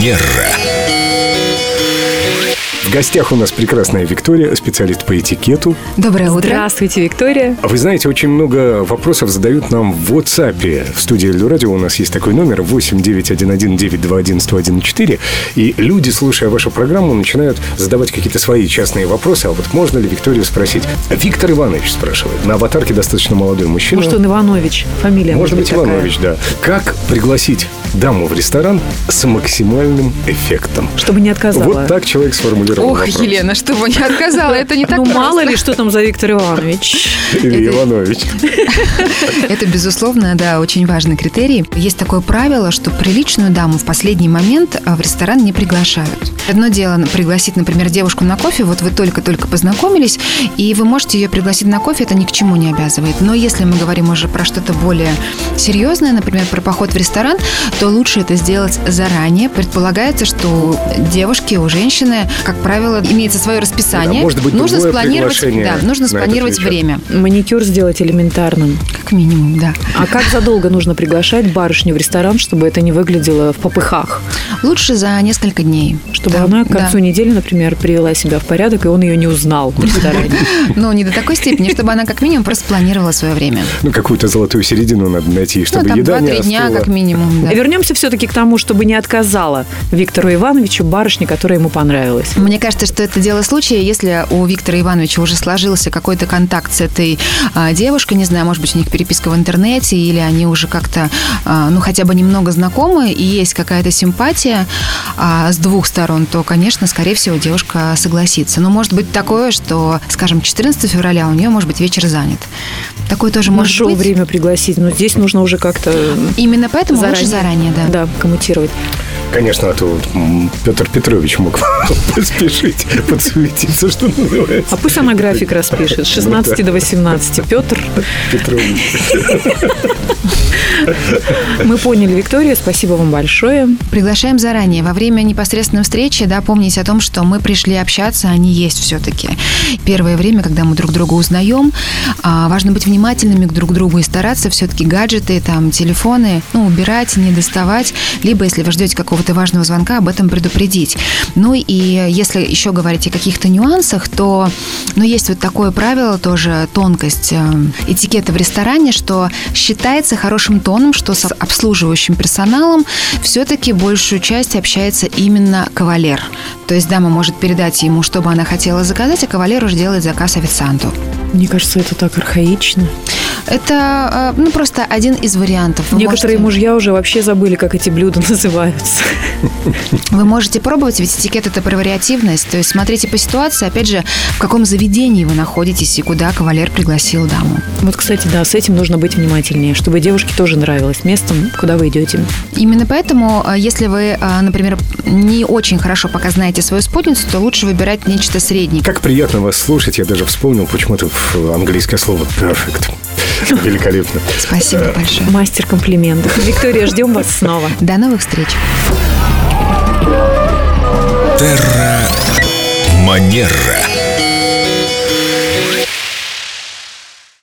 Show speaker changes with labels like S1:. S1: Терра. В гостях у нас прекрасная Виктория, специалист по этикету.
S2: Доброе утро.
S3: Здравствуйте, Виктория.
S1: А Вы знаете, очень много вопросов задают нам в WhatsApp. В студии Эльдорадио у нас есть такой номер 8911-921-1014. И люди, слушая вашу программу, начинают задавать какие-то свои частные вопросы. А вот можно ли Викторию спросить? Виктор Иванович спрашивает. На аватарке достаточно молодой
S4: Ну.
S1: мужчина.
S3: Может, он Иванович, фамилия
S1: Может быть,
S3: такая.
S1: Иванович, да. Как пригласить даму в ресторан с максимальным эффектом?
S3: Чтобы не отказала.
S1: Вот так человек сформулировал
S2: Ох,
S1: вопрос.
S2: Елена, что бы не отказала, это не так
S3: Ну, мало
S2: просто.
S3: ли, что там за Виктор Иванович.
S1: Или Иванович.
S4: Это, безусловно, да, очень важный критерий. Есть такое правило, что приличную даму в последний момент а, в ресторан не приглашают. Одно дело на- пригласить, например, девушку на кофе, вот вы только-только познакомились, и вы можете ее пригласить на кофе, это ни к чему не обязывает. Но если мы говорим уже про что-то более серьезное, например, про поход в ресторан, то лучше это сделать заранее. Предполагается, что девушки, у женщины, как правило, имеется свое расписание.
S1: может быть,
S4: нужно
S1: другое
S4: спланировать,
S1: приглашение
S4: да,
S1: на
S4: нужно
S1: этот
S4: спланировать
S1: вечер.
S4: время,
S3: Маникюр сделать элементарным.
S4: как минимум, да.
S3: А как задолго нужно приглашать барышню в ресторан, чтобы это не выглядело в попыхах?
S4: Лучше за несколько дней.
S3: Чтобы
S4: Да,
S3: она к
S4: да.
S3: концу недели, например, привела себя в порядок, и он ее не узнал в ресторане.
S4: Ну, не до такой степени, чтобы она как минимум просто планировала свое время.
S1: Ну, какую-то золотую середину надо найти, чтобы
S4: ну, там
S1: еда не
S4: 2-3 дня
S1: остыла.
S4: как минимум, да.
S3: Вернемся все-таки к тому, чтобы не отказала Виктору Ивановичу барышня, которая ему понравилась.
S4: Мне кажется, что это дело случая, если у Виктора Ивановича уже сложился какой-то контакт с этой а, девушкой, не знаю, может быть, у них переписка в интернете, или они уже как-то, а, ну, хотя бы немного знакомы, и есть какая-то симпатия а, с двух сторон, то, конечно, скорее всего, девушка согласится. Но может быть такое, что, скажем, 14 февраля у нее, может быть, вечер занят. Такое тоже может
S3: Нашел
S4: быть.
S3: время пригласить, но здесь нужно уже как-то
S4: Именно поэтому
S3: заранее,
S4: лучше заранее, да.
S3: да, коммутировать.
S1: Конечно, а то Петр Петрович мог поспешить, подсуетиться, что называется.
S3: А пусть она график распишет. С 16 до 18. Петр,
S1: Петрович.
S3: мы поняли, Виктория, спасибо вам большое.
S4: Приглашаем заранее. Во время непосредственной встречи, да, помнить о том, что мы пришли общаться, они есть все-таки. Первое время, когда мы друг друга узнаем, а, важно быть внимательными к друг другу и стараться все-таки гаджеты, там, телефоны, ну, убирать, не доставать, либо, если вы ждете какого-то важного звонка, об этом предупредить. Ну и если еще говорить о каких-то нюансах, то, ну, есть вот такое правило тоже, тонкость э, этикета в ресторане, что считается хорошим тоном, что с обслуживающим персоналом все-таки большую часть общается именно кавалер. То есть дама может передать ему, что бы она хотела заказать, а кавалер уже делает заказ официанту.
S3: Мне кажется, это так архаично.
S4: Это, э, ну, просто один из
S3: Ну,
S4: вариантов. Вы
S3: Некоторые
S4: можете-
S3: мужья уже вообще забыли, как эти блюда называются.
S4: Вы можете пробовать, ведь этикет это про вариативность. То есть смотрите по ситуации, опять же, в каком заведении вы находитесь и куда кавалер пригласил даму.
S3: Вот, кстати, да, с этим нужно быть внимательнее, чтобы девушке тоже нравилось местом, куда вы идете.
S4: Именно поэтому, э, если вы, э, например, не очень хорошо пока знаете свою спутницу, то лучше выбирать нечто среднее.
S1: Как приятно вас слушать. Я даже вспомнил почему-то ф, английское слово perfect. Великолепно.
S4: Спасибо большое.
S3: Мастер комплиментов. Виктория, ждем вас снова.
S4: До новых встреч.
S1: Манера.